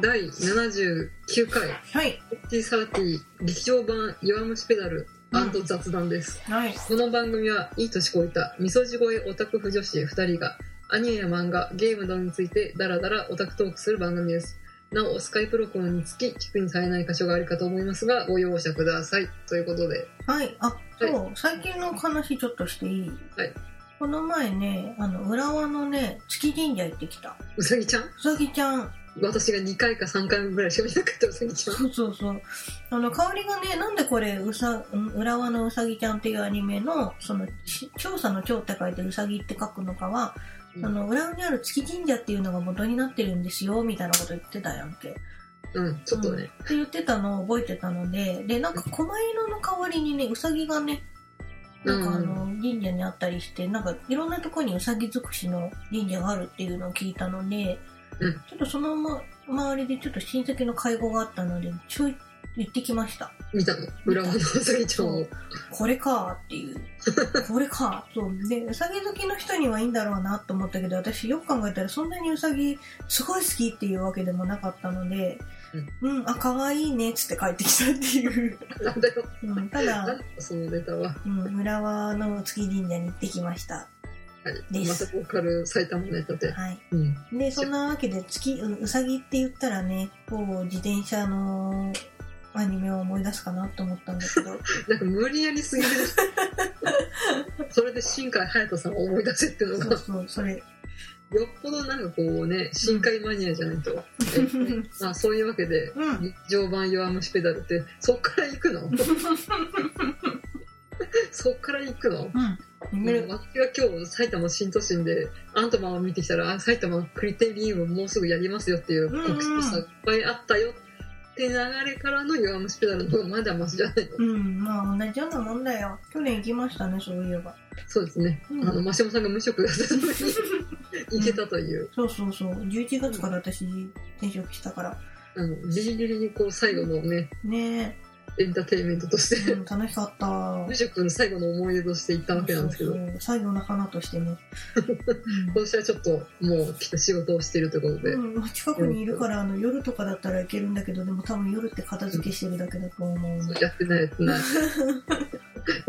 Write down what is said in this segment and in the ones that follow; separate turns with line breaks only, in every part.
第79回
はい。
T30 劇場版弱虫ペダル雑談です、
はい。
この番組はいい年こいたみそじ声オタク婦女子2人がアニメや漫画ゲームなどについてダラダラオタクトークする番組ですなおスカイプ録音につき聞くに耐えない箇所があるかと思いますがご容赦くださいということで
はい。あ、そう、最近の話ちょっとしていい
はい。
この前ね、あの、浦和のね、月神社行ってきた。
うさぎちゃん
うさぎちゃん。
私が2回か3回ぐらいしか見なかったうさぎちゃん
そうそうそう。あの、香りがね、なんでこれ、うさ、ん浦和のうさぎちゃんっていうアニメの、その、し調査の調って書いてうさぎって書くのかは、
うん
あの、浦和にある月神社っていうのが元になってるんですよ、みたいなこと言ってたやんけ。
うんちょっとね、
うんって言ってたのを覚えてたので、で、なんか、狛犬の代わりにね、うさぎがね、なんかあの、神社にあったりして、なんかいろんなとこにうさぎ尽くしの神社があるっていうのを聞いたので、
うん
ちょっとその、ま、周りでちょっと親戚の会合があったので、ちょい行ってきました。
見たの浦和のうさぎちゃんを
これかーって いう。これかーそう。で、うさぎ好きの人にはいいんだろうなと思ったけど、私よく考えたらそんなにうさぎすごい好きっていうわけでもなかったので、うん、あ、可愛いねっつって帰ってきたっていう。
なんだよ
うん、た
な
だ
ん、だそのネタは
うん、村和の月神社に行ってきました。
はい、
で
ますたボーカル埼玉ネタで、
はい。
うん、
で、そんなわけで月、ううさぎって言ったらね、こう、自転車のアニメを思い出すかなと思ったんだけど、
なんか無理やりす ぎるそれで新海隼人さんを思い出せっていうの
そう
が
そう、そ れ。
よっぽどなんかこうね深海マニアじゃないと、まあそういうわけで
うん。
日常版弱虫ペダルってそっから行く のそっから行くの
うん。
も
ね
う私が今日埼玉新都心でアントマンを見てきたらあ埼玉クリテリウムもうすぐやりますよっていう告知さいっぱいあったよって流れからの弱虫ペダルの方がまだマシじゃないの
うん、まあ同じようなもんだよ。去年行きましたね、そういえば。
そうですね、
うん
あのマシモさんが無職だったのに行けたと いう、
そうそうそう。11月から私、転職したから。
あのギリギリにこう最後のね
ね
エンターテインメントとし
え、
て、
うん、楽しかった。
無職の最後の思い出として行ったわけなんですけど
そうそう最後の花としてね。
今年はちょっともう来た仕事をしているということ
う
で、
ん、うん近くにいるから、あの、夜とかだったら行けるんだけど、でも多分夜って片付けしてるだけだと思う。
やってないやってない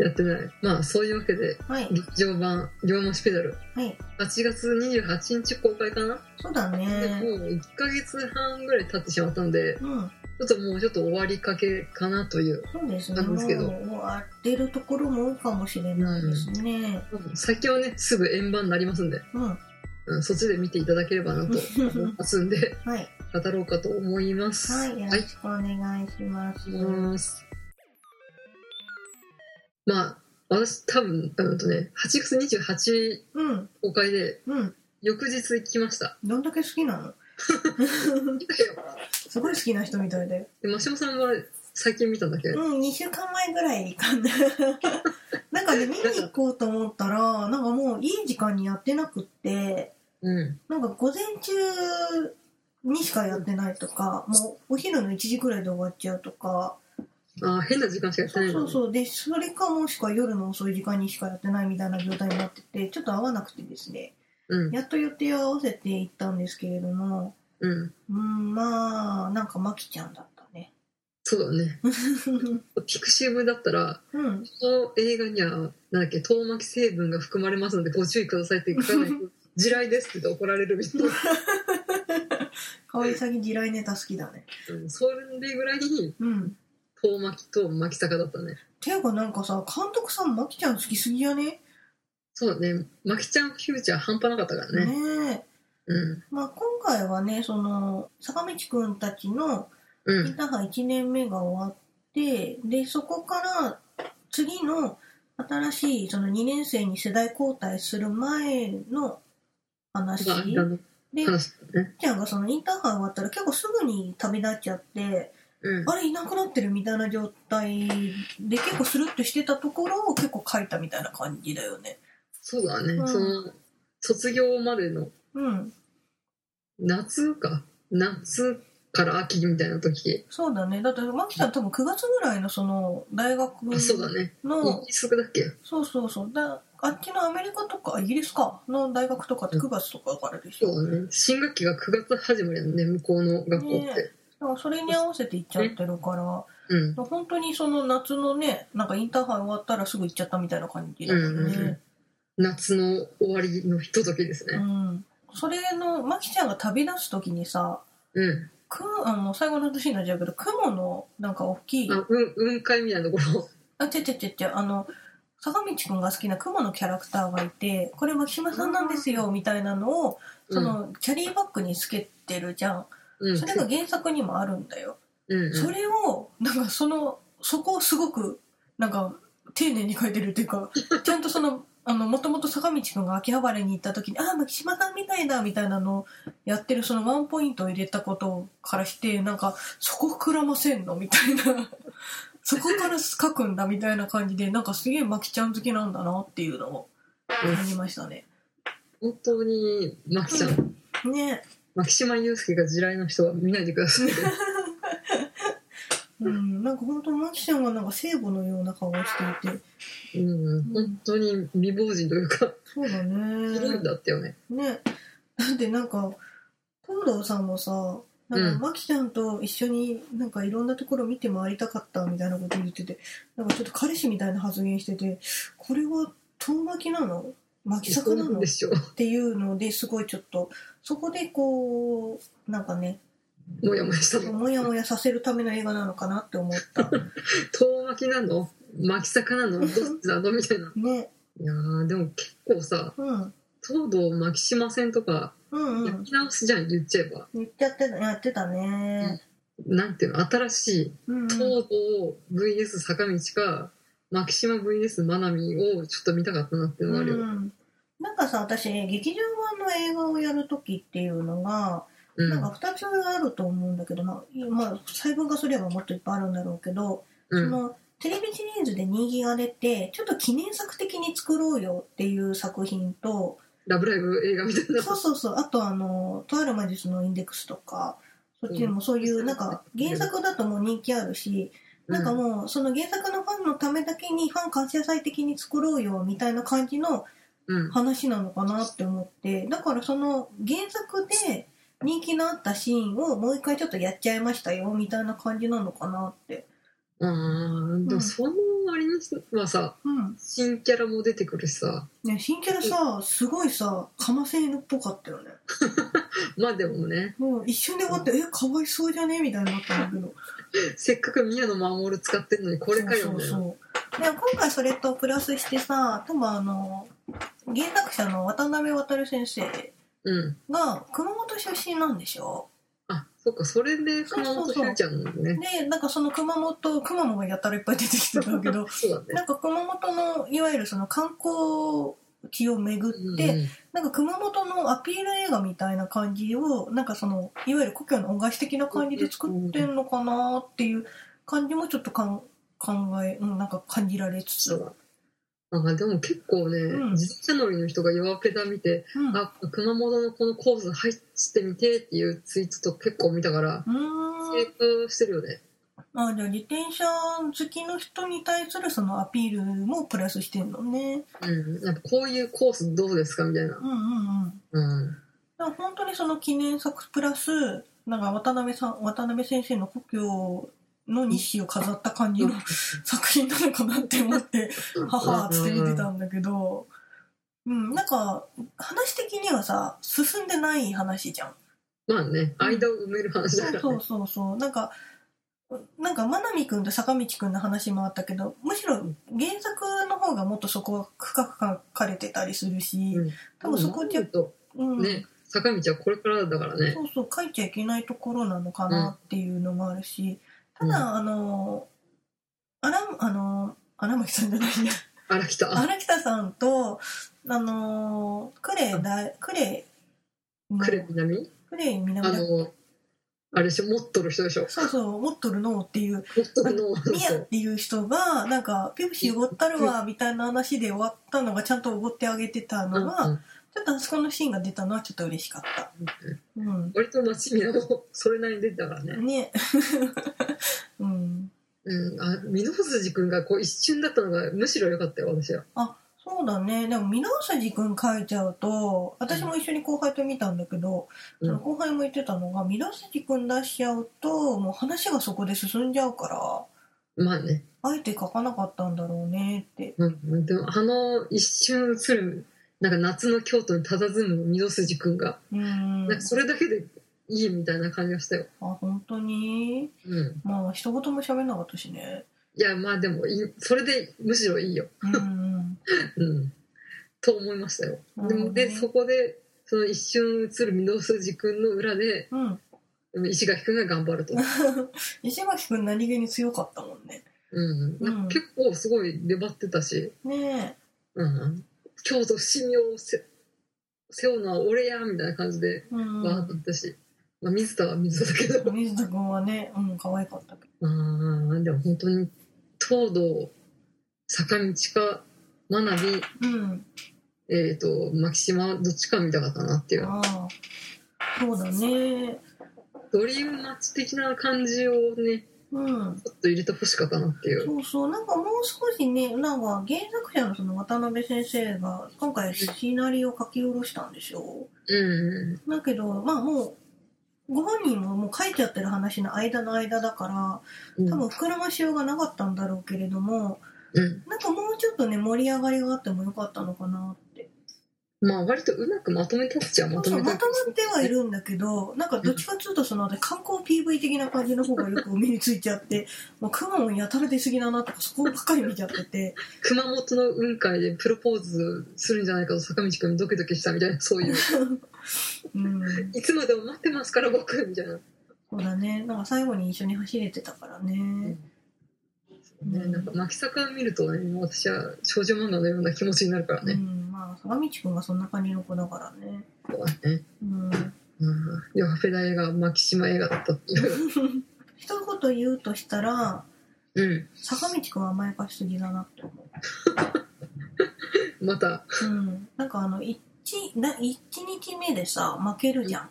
やってないまあそういうわけで
はい。
劇場版「両虫ペダル
はい。」
8月28日公開かな、
そうだ
で
ね。
もう1ヶ月半ぐらい経ってしまったんで
うん。
ちょっともうちょっと終わりかけかなという
そうですね。
なん
もう
ですけど
終わってるところも多いかもしれないですね。
先はねすぐ円盤になりますんで
うん。
うんそっちで見ていただければ なと思いますんで
はい。
語ろうかと思います。
はい。よろしくお願いします。
思いますまあ私多分うんとね8月28
うん。
公開で
うん。
翌日行きました。
どんだけ好きなのすごい好きな人みたいで。
でマシモさんは最近見たんだっけど、
うん、2週間前ぐらいかな。 なんかね、見に行こうと思ったら、なんかもういい時間にやってなくって、
うん、
なんか午前中にしかやってないとか、もうお昼の1時ぐらいで終わっちゃうとか、
あー変な時間しかやって
そ
な
う
い
そ
の
うそう。で、それかもしくは夜の遅い時間にしかやってないみたいな状態になってて、ちょっと合わなくてですね、
うん
やっと予定を合わせて行ったんですけれども、
うん、
うん、まあ、なんかマキちゃんだった ね。
そうだねピクシブだったら
うん。
この映画にはなんだっけ遠巻き成分が含まれますのでご注意くださいって書かないと地雷ですって言って怒られるみたいな
かわいさぎ地雷ネタ好きだね。
うんそれぐらいに
うん。っ
遠巻きと巻き坂だったね
ていうかなんかさ、監督さんマキちゃん好きすぎやね。
そうだね巻きちゃんフューチャー半端なかったから
ね
ね
え。
うん
まあ今回はね、その、坂道くんたちの
う
イン
ん
ターハイ1年目が終わってでそこから次の新しいその2年生に世代交代する前の話
まあ間の
で
話だね
ちゃんがそのインターハイ終わったら結構すぐに旅立っちゃって
うん
あれいなくなってるみたいな状態で結構スルッとしてたところを結構書いたみたいな感じだよね。
そうだね、
うん
その卒業までの
うん、
夏か夏から秋みたいな時
そうだねだってマキさん多分9月ぐらいのその大学
あそうだね
の
一足だっけ
そうそうそうだあっちのアメリカとかイギリスかの大学とかって
うん
9月とかからでし
そ
ょ、
うだね。新学期が9月始まりやんね、向こうの学校って。
ねだからそれに合わせて行っちゃってるから、
うん。
本当にその夏のねなんかインターハイ終わったらすぐ行っちゃったみたいな感じだったね、
夏の終わりのひとときです
う
ね。
んそれのまきちゃんが旅立つ時にさ
うん。
くあの最後の年になっちゃうけど雲のなんか大きい
あ、うん、雲海みたいなところ。
あ、ちゃちゃちゃちゃ、あの、坂道くんが好きな雲のキャラクターがいて、これ牧島さんなんですよ、みたいなのを、そ
うん。
の、キャリーバッグにつけてるじゃん。
うん。
それが原作にもあるんだよ。
うんうん。
それを、なんかその、そこをすごく、なんか、丁寧に書いてるっていう か、ちゃんとその、あの、もともと坂道くんが秋葉原に行った時に、ああ、牧島さんみたいだ、みたいなのをやってるそのワンポイントを入れたことからして、なんか、そこ膨らませんのみたい な。そこから書くんだみたいな感じで、なんかすげえ牧ちゃん好きなんだなっていうのを感じましたね。
本当に、マキちゃん、
ね
牧島祐介が地雷の人は見ないでください。
うん、なんか本当牧ちゃんがなんか聖母のような顔をしていて、
うん。本当に未亡人というか、
そうだね。
古いんだったよね。
ねだってなんか東堂さんもさなん
う
か
ん
マキちゃんと一緒になんかいろんなところ見て回りたかったみたいなこと言っててなんかちょっと彼氏みたいな発言しててこれは遠巻きなの巻き
そ
坂
う
な
なん
の
で
っ
しょ
ていうのですごいちょっとそこでこうなんかね
う。もやもやしたの。
モヤモヤさせるための映画なのかなって思った
遠巻きなの巻き坂なのどっちなのみたいな。
ね
いやー、でも結構さ、
うん
東堂牧島戦とか、
うんう
や
ん
り直しじゃん、言っちゃえば。
言っちゃってたやってたね
なんていうの、新しい
うんうん
東堂 VS 坂道か、牧島 VS マナミをちょっと見たかったなっていうのがあるよ。
ん、なんかさ私劇場版の映画をやる時っていうのが、
う
なん
ん。
か2つあると思うんだけど、まあまあ、細分化すればもっといっぱいあるんだろうけど、
う
そ
ん。
のテレビシリーズで人気が出てちょっと記念作的に作ろうよっていう作品と
ラブライブ映画みたいな。
そうそうそうあとあの「とある魔術のインデックス」とかそっちにもそういうなんか原作だともう人気あるし、なんかもうその原作のファンのためだけにファン感謝祭的に作ろうよみたいな感じの
うん。
話なのかなって思ってだからその原作で人気のあったシーンをもう一回ちょっとやっちゃいましたよみたいな感じなのかなって
あー、でもその割にはさ、
うん
新キャラも出てくるしさ、
ね新キャラさすごいさかませ犬っぽかったよね
まあでもね、
もう一瞬で終わってえかわいそうじゃねみたいになったんだけど
せっかく宮野真守使ってるのにこれかよ
そ
み
う
たい
そ
な。
うそうで今回それとプラスしてさ多分あの原作者の渡辺渉先生
うん。
が熊本出身なんでしょ
あ、そっか、それで熊本ひなちゃんなんだね。
でなんかその熊本熊本がやたらいっぱい出てきてたんだけど
そうだね。
なんか熊本のいわゆるその観光地を巡って、なんか熊本のアピール映画みたいな感じをなんかそのいわゆる故郷の恩返し的な感じで作ってんのかなっていう感じもちょっとかん考え、うん、なんか感じられつ
そ
つ、
うだ。あでも結構ね、
うん
自転車乗りの人が弱ペダ見て、
うん、う
あ、熊本のこのコース入ってみてっていうツイートと結構見たから、
ー
成
ん
功してるよね。
あじゃあ自転車好きの人に対するそのアピールもプラスしてんのね
うん。やっぱこういうコースどうですかみたいな
う。んうんうん
うん。
だから本当にその記念作プラスなんか渡辺さん渡辺先生の故郷の日誌を飾った感じの作品なのかなって思って「はは」っつって見てたんだけど、うん、なんか話的にはさ進んでない話じゃん。
まあね、間を埋める話だから、ね。
そうそうそうなんかなんか真波君と坂道君の話もあったけどむしろ原作の方がもっとそこは深く書かれてたりするし、
うん
多分そこちょっ
と、
うん
ね、坂道はこれからだからね。
そうそう書いちゃいけないところなのかなっていうのもあるし、
うん
ただ、あのあらあの荒牧さんじゃない や
荒北。
荒北さんとあのクレイ大クレイの
クレ南
クレイ南
あ
だ
の、あれでしょ、持っとる人でしょ。
そうそう持っとるのっていう
持っとるの。
ミヤっていう人がなんかピューシーおごったるわみたいな話で終わったのがちゃんとおごってあげてた
うんう
のが、
ん
ちょっとあそこのシーンが出たのはちょっと嬉しかった。うん、
割と町宮もそれなりに出てたからね。
ね うん
うん、あ、ミノフスジ君がこう一瞬だったのがむしろ良かったよ、私は。
そうそうだねでも皆筋くん書いちゃうと私も一緒に後輩と見たんだけど、
うん
その後輩も言ってたのが皆筋くん出しちゃうともう話がそこで進んじゃうから
まあね、
あえて書かなかったんだろうねって
うん、でもあの一瞬映るなんか夏の京都に佇む御堂筋くんが、
うーん
なんかそれだけでいいみたいな感じがしたよ、
あ本当に
うん、
まあ一言も喋んなかったしね
いやまあでもいいそれでむしろいいよ、
うんうん
うん、と思いましたよでもでそこでその一瞬映る御堂筋くんの裏で
うん、
石垣くんが頑張 ると、
石垣くん何気に強かったもんね。
うん、なんか結構すごい出張ってたし、
ね
うん、京都伏見をせ背負うのは俺やみたいな感じで
え。う
わーっと
ん。
ったし、まあ、水田は水田だけど
水田くんはね、うん、可愛かったけ
ああ、でも本当に、東堂、坂道か、真鍋、
ど。うん。
えっ、と、牧島、どっちか見たかったなっていう。
ああ。そうだね。
ドリームマッチ的な感じをね、
うん。
ちょっと入れてほしかったなっていう。
そうそう。なんかもう少しね、なんか原作者のその渡辺先生が今回シナリオ書き下ろしたんでしょ
う
だけど、まあもう、ご本人ももう書いてやってる話の間の間だか
ん。
ら、多分膨らましようがなかったんだろうけれども、
うん。
なんかもうちょっとね、盛り上がりがあってもよかったのかなって。
まあ、割とうまくまとめたっちゃまと
そう
め
ま
た。
とまってはいるんだけどなんかどっちかっていうとその私観光 PV 的な感じの方がよく目についちゃってもうクマモンやたら出過ぎだなとかそこばっかり見ちゃってて
熊本の雲海でプロポーズするんじゃないかと坂道くんドキドキしたみたいな、 そういう。
うん
いつまでも待ってますから僕みたいな。
そうだねなんか最後に一緒に走れてたからね
ね、なんか、牧坂を見るとね、もう私は少女漫画のような気持ちになるから
う
ね。
んまあ坂道くんがそんな感じの子だからね
そうだね。
うん
うん、ヨハペダ映画、牧島映画だったっていう。
一言言うとしたら
うん。
坂道くんは甘やかしすぎだなって思う
また、
うんなんかあの一な一日目でさ負けるじゃん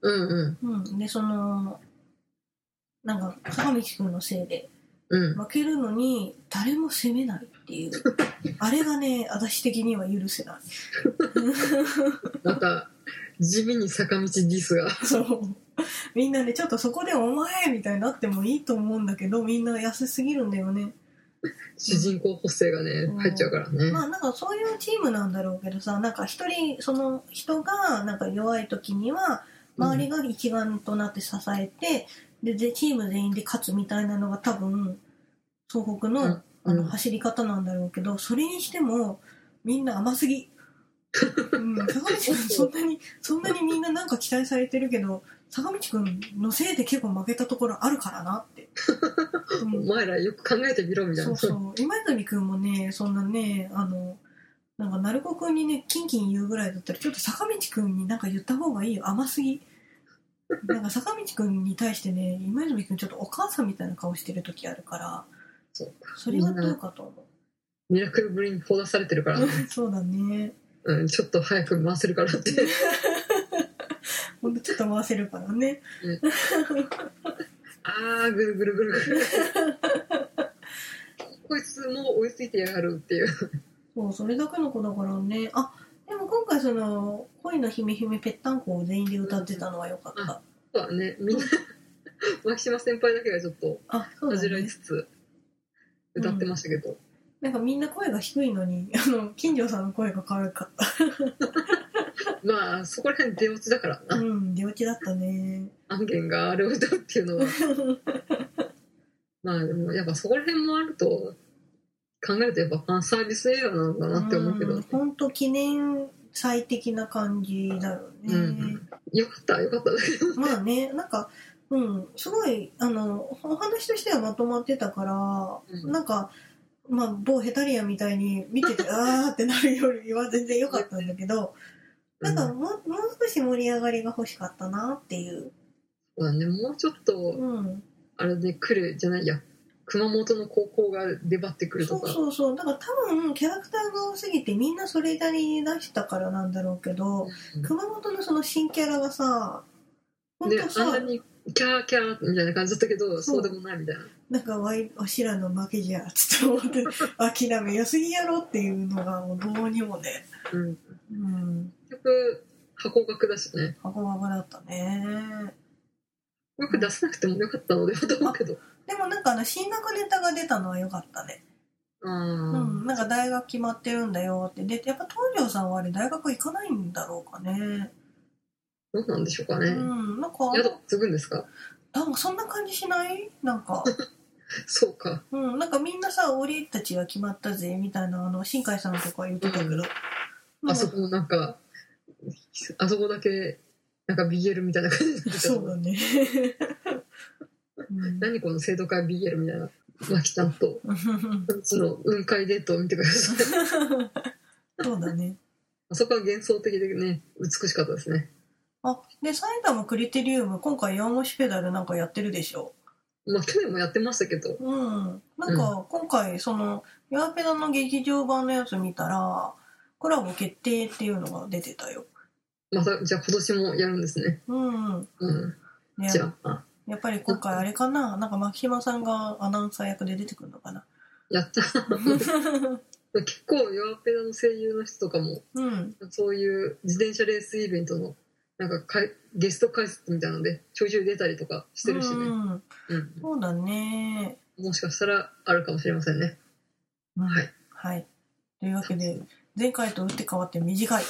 うんうん。
うん、でそのなんか坂道くんのせいで
うん。
負けるのに誰も責めないっていうあれがね私的には許せな
また、地味に坂道ディスが。
い そうみんなねちょっとそこで「お前!」みたいになってもいいと思うんだけどみんな安すぎるんだよね
主人公補正がね
う、ん
入っちゃうからね。
まあなんかそういうチームなんだろうけどさなんか一人その人がなんか弱い時には周りが一丸となって支えて、ででチーム全員で勝つみたいなのが多分東北の、あ
う
の
ん、
走り方なんだろうけど、それにしてもみんな甘す ぎ、うん、坂道くんそんなにそんなにみんななんか期待されてるけど坂道くんのせいで結構負けたところあるからな って、う
お
ん、
前らよく考えてみろみたい
そ
な。
うそう今泉くんもねそんなねあのなんか鳴子くんにねキンキン言うぐらいだったらちょっと坂道くんになんか言った方がいいよ甘すぎなんか坂道くんに対してね今泉くんちょっとお母さんみたいな顔してる時あるから
そう
それはどうかと思う
ミラクルぶりに放出されてるから、
そうだね。
うん、ちょっと早く回せるからって。
ほんとちょっと回せるからね。
あー、ぐるぐるぐるぐる。こいつもう追いついてやがるっていう。
そう、それだけの子だからね。あ、でも今回その、恋のひめひめぺったんこを全員で歌ってたのは良かった。
そうだね、みんな、牧島先輩だけがちょっと、
あ、そう
恥
だ
じらい
ね。
つつ、歌ってましたけど。
なんかみんな声が低いのに、 あの、金城さんの声が可愛かっ
まあ、そこら辺出落ちだから
た。
な。
うん、出落ちだったね。
アンゲンがあれを歌うっていうの は。まあでもやっぱそこら辺もあると考えるとやっぱファンサービス映画なのかなって思うけど、
んほんと記念祭的な感じだよね。
うんよかったよかっただけど
まあね、なんか、うん、すごい、あの、お話としてはまとまってたから、
うん
なんか、まあ、某ヘタリアンみたいに見 てて、あーってなるよりは全然良かったんだけど、なんか
うん
もう、もう少し盛り上がりが欲しかったなっていう。
まあね、もうちょっと
うん。
あれで来るじゃないや熊本の高校が出張ってくる
そ
と
う
か
そうそう。だから多分、キャラクターが多すぎてみんなそれなりに出したからなんだろうけど、
うん
熊本のその新キャラがさ、本
で
当
あんな
さ、
にキャーキャーみたいな感じだったけど、そうでもないみたいな。
なんかわい、わしらの負けじゃ、つって思って、 諦めやすぎやろっていうのが、もうどうにもね。
うん。
うん。
結局、箱額だしね。
箱がだったね。
箱額出さなくてもよかったのではと思うけど。
でもなんかあの、進学ネタが出たのは良かったね。
あ
う
あ
ん。なんか大学決まってるんだよって。で、やっぱ東條さんはあれ大学行かないんだろうかね。
どうなんでしょうか
う
ね。
ん。なんかあ
宿
の、
継ぐんですか
なんかそんな感じしないなんか。
そうか。
うん、なんかみんなさ、俺たちが決まったぜ、みたいな、あの、新海さんとか言ってたけど。
あそこもなんか、あそこだけ、なんか BL みたいな感じになってた
そうだね。うん
何この生徒会 BL みたいな。マキちゃんと、その、雲海デートを見てくだ さい。
そうだね。
あそこは幻想的でね、美しかったですね。
あ、で、埼玉クリテリウム、今回、ヤンゴシペダルなんかやってるでしょ。
まあ、去年もやってましたけど、
うん。なんか、今回、その、ヤーペダの劇場版のやつ見たら、コラボ決定っていうのが出てたよ。
また、じゃあ今年もやるんですね。
うん。
うん。
ね
じゃあ、
やっぱり今回あれかななんか、牧島さんがアナウンサー役で出てくるのか な
やった。結構、ヨアペダの声優の人とかも、
うん。
そういう自転車レースイベントの、なんかかいゲスト解説みたいなので、ちょいちょい出たりとかしてるし
う
ね。
ん。
うん。
そうだね。
もしかしたら、あるかもしれませんね。はい。
はい。というわけで、前回と打って変わって短い。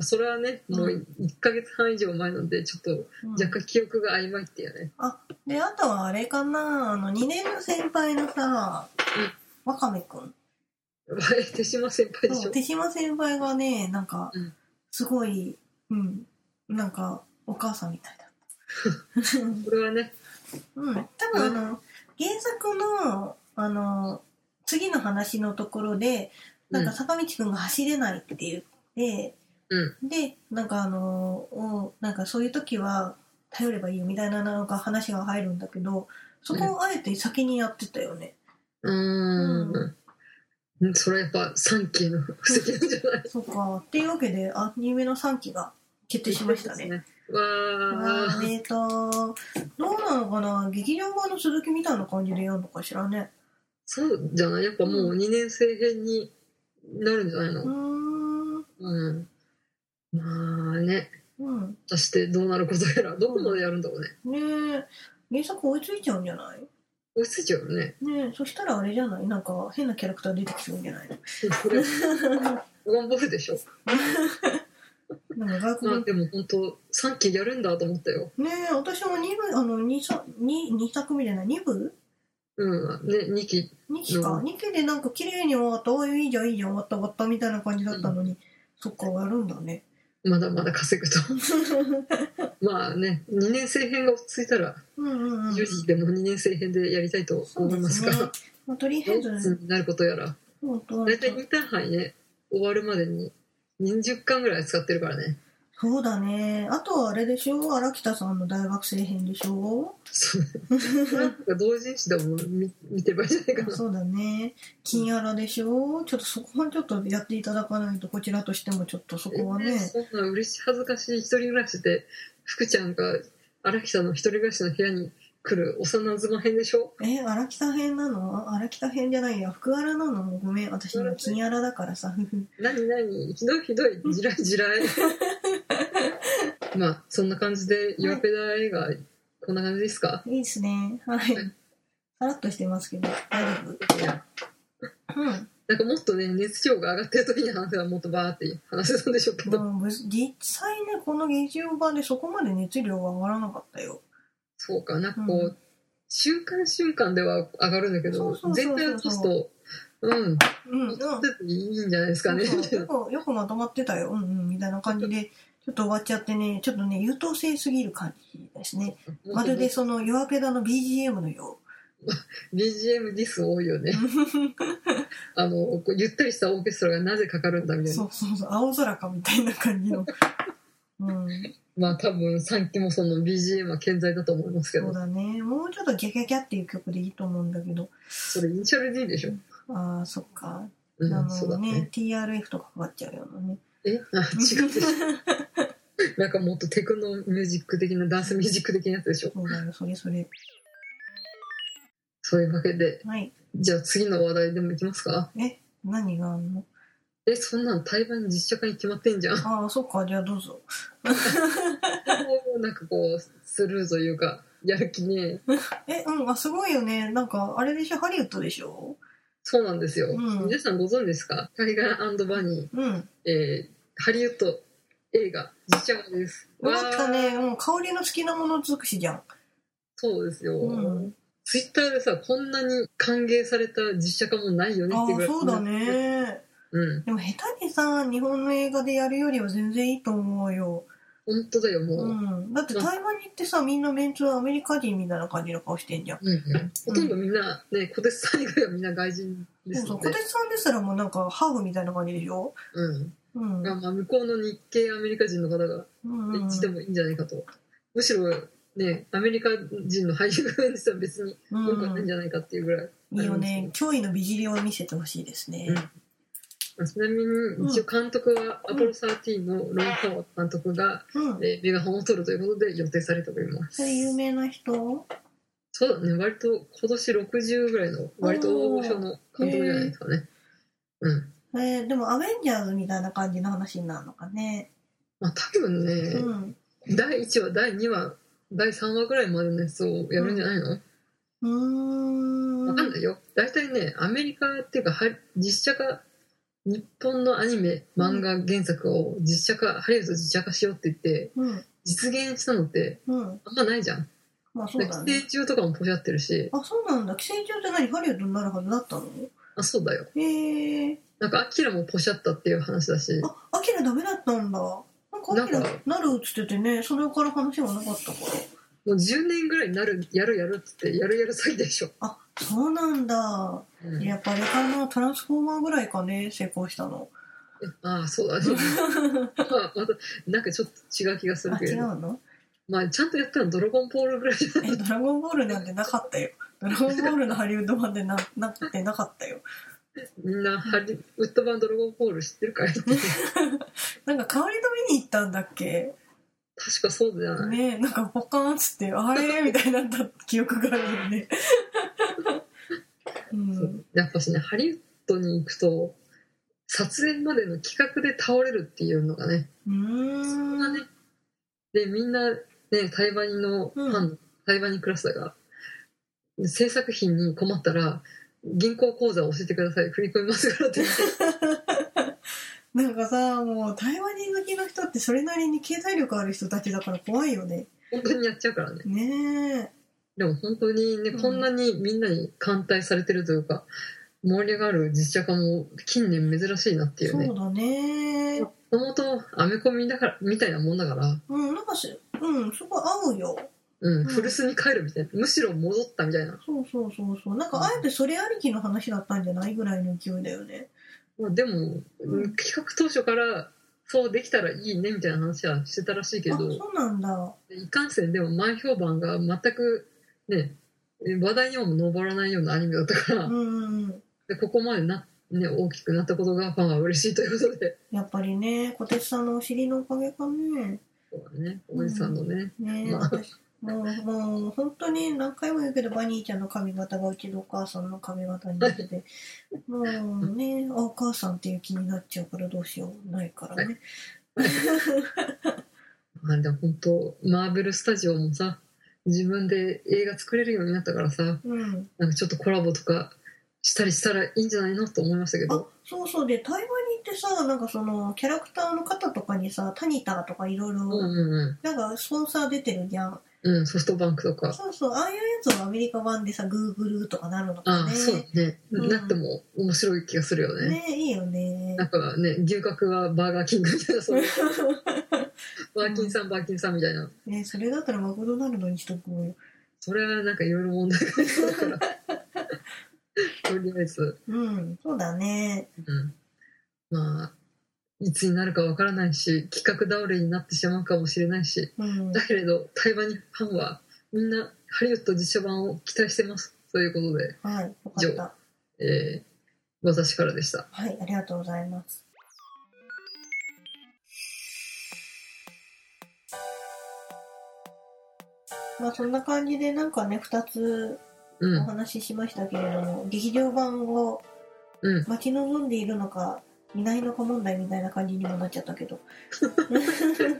それはね、もう1ヶ月半以上前なんで、ちょっと
うん
若干記憶が曖昧っていうね。
で、あとはあれかな、あの、2年の先輩のさ
うん、
わかめくん。
手島先輩でし
そ
ょ
う。手島先輩がね、なんか
うん、
すごい、うん、なんか、お母さんみたいだった。
これはね、
うん、多分あの、原作の、あの、次の話のところで、なんか坂道くんが走れないって言って、で、なんかあの、おなんかそういう時は頼ればいいよみたいななんか話が入るんだけど、そこをあえて先にやってたよね。
うん。うん、それはやっぱ3期の布石なんじゃない
そうか。っていうわけで、アニメの3期が決定しましたね。。
わ
わ
あ
ー、えーと、どうなのかな劇場版の続きみたいな感じでやるのかしらね。
そうじゃないやっぱもう2年生編になるんじゃないう
ー
の
ん。
うん。まあね、
うん。
果たしてどうなることやら、どこまでやるんだろうね。
ねえ原作追いついちゃうんじゃない
追いついちゃうよね。
ねえそしたらあれじゃないなんか変なキャラクター出てきそうじゃないの
これ、ワンボールでしょ。
なんか外
まあ
国
でも本当3期やるんだと思ったよ。
ねえ私も2部あの 2, さ二二作目じゃない2部
うん。ね、2期。
2期か、
うん
2期でなんか綺麗に終わったおいいいじゃんいいじゃん終わった終わったみたいな感じだったのに、そっか終わるんだね
まだまだ 稼ぐと。まあね、2年生編が落ち着いたら、
うんうんうん
10時でも2年生編でやりたいと
そう
思い
で
ます
す
が
ね、まあ、とりあえ
どう
ず
になることやら、
本当
大体インターハイね、終わるまでに20巻ぐらい使ってるからね。
そうだねあとはあれでしょ荒北さんの大学生編でしょ
そうなんか同人誌でも見見てばいいんじゃないか な。
そうだね。金アラでしょちょっとそこはちょっとやっていただかないと、こちらとしてもちょっとそこは
えー
ね。
そんな嬉しい恥ずかしい一人暮らしで、福ちゃんが荒木さんの一人暮らしの部屋に来る幼妻編でしょ
え、荒北編なの荒北編じゃないや、福アラなのごめん、私今金アラだからさ。
何何ひどいひどい、じらいじらい。まあ、そんな感じで、ヨーペダ映画、こんな感じですか
いいですね。はい。さらっとしてますけど、大丈夫うん。
なんかもっとね、熱量が上がってる時に話せばもっとバーって話せたんでしょうけど、
もう実際ね、この劇場版でそこまで熱量が上がらなかったよ。
そうか、なんかこう、
うん
瞬間瞬間では上がるんだけ
そ
ど
うそ、うそうそう
全体を通すと、うん、
うん。うん
ちょっといいんじゃないですかね、
そう
みた
そ
いうな。
よくよくまとまってたよ、うんうん、みたいな感じで、ちょっと終わっちゃってね、ちょっとね、優等生すぎる感じですね。まるでその、ヨアペダの BGM のよ
BGM ディス多いよね。 あの、こうゆったりしたオーケストラがなぜかかるんだみ
う。
たい
そ
な。
うそうそう、青空かみたいな感じの。うん、
まあ多分3期もその BGM は健在だと思いますけ
そう
ど、
だね。もうちょっとギャギャギャっていう曲でいいと思うんだけど、
それイニシャル D でしょ。
ああ、そっか。
う
あ
ん、そう
の
だね。
ね、TRF とかかかっちゃうようなね。
えあ違うでしょ。なんかもっとテクノミュージック的なダンスミュージック的なやつでしょ
そうだよ、それそれ。
そういうわけで
はい。
じゃあ次の話題でもいきますか
え、何があんの
えそんなん台湾実写化に決まって んじゃんも
ああ、そっか、じゃあどうぞ。
うなんかこうスルーというかやる気ね
え、うん、あ、すごいよね。なんか、あれでしょ、ハリウッドでしょ
そうなんですよ、
うん
皆さんご存知ですかタイガーバニ
うん。
ー、えーハリウッド映画実写化です
よかった
わー
ね。もう香りの好きなもの尽くしじゃん。
そうですよ、
うん。
ツイッターでさこんなに歓迎された実写化もないよね
あ
っていうぐ
あ、
らい
そうだね。
うん
でも下手にさ、日本の映画でやるよりは全然いいと思うよ。
本当だよもう、
う
うん
ん。だって台湾に行ってさ、みんなメンツはアメリカ人みたいな感じの顔してんじゃん。
うんほとんどみんなね小手さん以外はみんな外人で
そ
す
うそ
の
う。小
で
手さんですらもうなんか、ハーフみたいな感じでしょ
うん
うん。
まあまあ向こうの日系アメリカ人の方が
うんうん
演じてもいいんじゃないかと、むしろねアメリカ人の俳優が演じたら別に
う
多くはないん
ん
じゃないかっていうぐらい、
いいよね。脅威の美尻を見せてほしいですね。
まあちなみに一応監督はアポロ13のロン・ハワー監督が、
うん。
えーメガホンを取るということで予定されております
それ有名な人
そうだね、割と今年60ぐらいの、割と大御所の監督じゃないですかね。うん。
えー、でもアベンジャーズみたいな感じの話になるのかね。
まあ多分ね、
うん。
第1話、第2話、第3話ぐらいまでのやつをやるんじゃないのわ、
うーん。
かんないよ。大体ね、アメリカっていうか、は実写化、日本のアニメ、漫画原作を実写化、ハリウッド実写化しようって言って、
うん。
実現したのって
うん。
あんまないじゃん。
まあそう
寄
だ
生
ね。
虫とかもポシャってるし、
あ、そうなんだ。寄生虫って何ハリウッドになるはずだったの
あ、そうだよ。
へえ。
なんか、アキラもポシャったっていう話だし、
あ、アキラダメだったんだ。なんかアキラ
なんか
なるっつっててね、それから話はなかったから。
もう10年ぐらいになる、やるやるっつって、やるやる詐欺でしょ。
あ、そうなんだ。
うん
やっぱあれかな、トランスフォーマーぐらいかね、成功したの。
ああそうだ ねまあまたなんかちょっと違う気がする
あ、
け
違
れど
うの
まあちゃんとやったら「ドラゴンボール」ぐらいじゃない
え、ドラゴンボールなんてなかったよ。ドラゴンボールのハリウッド版でな、なってなかったよ。
みんなハリウッド版「ドラゴンボール」知ってるかいって確
なんか香りと見に行ったんだっけ
かそうじゃない、
ねえなんかポカーンっつってあれみたいになった記憶があるよ ねう
そ
ん
うやっぱしねハリウッドに行くと撮影までの企画で倒れるっていうのがね
う
そん
ー
なんねでみんなね台湾のファン、台湾にクラスだが制作費に困ったら銀行口座を教えてください振り込みますからっ て言って
なんかさもう台湾人好きの人ってそれなりに経済力ある人たちだから怖いよね
本当にやっちゃうからね
ねえ
でも本当にね、
うん
こんなにみんなに歓待されてるというか盛り上がる実写化も近年珍しいなっていうね
そうだね
もともとアメコミだからみたいなもんだから、
うんなんかしうんすごい合うよ
うん
ん
古巣に帰るみたいなむしろ戻ったみたいな、
そうそうそうそうなんかあえてそれありきの話だったんじゃないぐらいの勢いだよね
まあ、でも、
うん
企画当初からそうできたらいいねみたいな話はしてたらしいけ
あそ
ど
うなんだ
いかんせんでも前評判が全くね話題にも上らないようなアニメだったから、
うん
でここまでな、ね、大きくなったことがファンは嬉しいということで。
やっぱりね小鉄さんのお尻のおかげかね
そうだね、おじさんのね、
ねえ、
まあ
私もう、もう、本当に何回も言うけど、バニーちゃんの髪型がうちのお母さんの髪型になって て、もうね、あお母さんっていう気になっちゃうからどうしようもないからね。
まあでも本当マーベルスタジオもさ自分で映画作れるようになったからさ
うん。
なんかちょっとコラボとかしたりしたらいいんじゃないのと思いましたけ
あ
ど、
そうそう。で、台湾に行ってさ、なんかその、キャラクターの方とかにさ、タニタとかいろい
うんう
ろ、
ん
なんかスポンサー出てるじゃん。
うん、うん、ソフトバンクとか
そうそう。ああいうやつはアメリカ版でさ、グーグルとかなるのか
ああ、
ね。
そうだね、
うん
なっても面白い気がするよね
ねいいよね
な。んかね牛角はバーガーキングみたいなそういうバーキンさんバーキンさんみたいな
ねそれだったらマクドナルドにしとくよ。
それはなんかいろいろ問題がありそうだからとりあえず、
うん、そうだね。
うん、まあいつになるかわからないし企画倒れになってしまうかもしれないし
うん
だけれど、台湾にファンはみんなハリウッド実写版を期待してます。ということで、
はい、よかった。
えー私からでした。
はい、ありがとうございます。まあそんな感じでなんかね2つ
う
お
ん。
話ししましたけれども、劇場版を
うん。
待ち望んでいるのかいないのか問題みたいな感じにもなっちゃったけど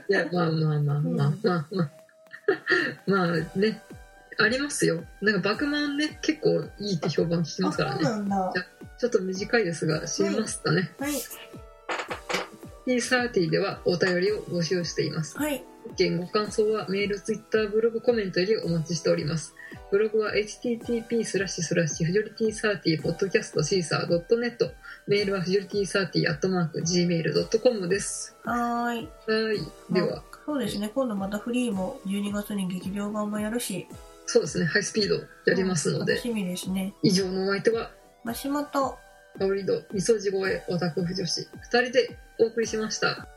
いや、まあまあまあまあまあまあ。 まあね、ありますよ。なんか、バクマンね、結構いいって評判聞き
あ
ます
そ
か
う
らね。
なんだは
ちょっと短いですが、知りましたね。
い
T30 ではお便りを募集しています。
はい
ご意見ご感想はメール、ツイッター、ブログ、コメントよりお待ちしております。ブログは http スラッシュスラッシュフジョリティ30 podcastcaesar.net メールはフジョリティ30 at mark gmail.com です。
はーい
はい。で
ま
は
あ、そうですね今度またフリーも12月に劇場版もやるし
そうですね、ハイスピードやりますの
楽
で、
しみですね
以上のお相手は、
マシモと
香り戸、みそじ越え、オタク婦女子、二人でお送りしました。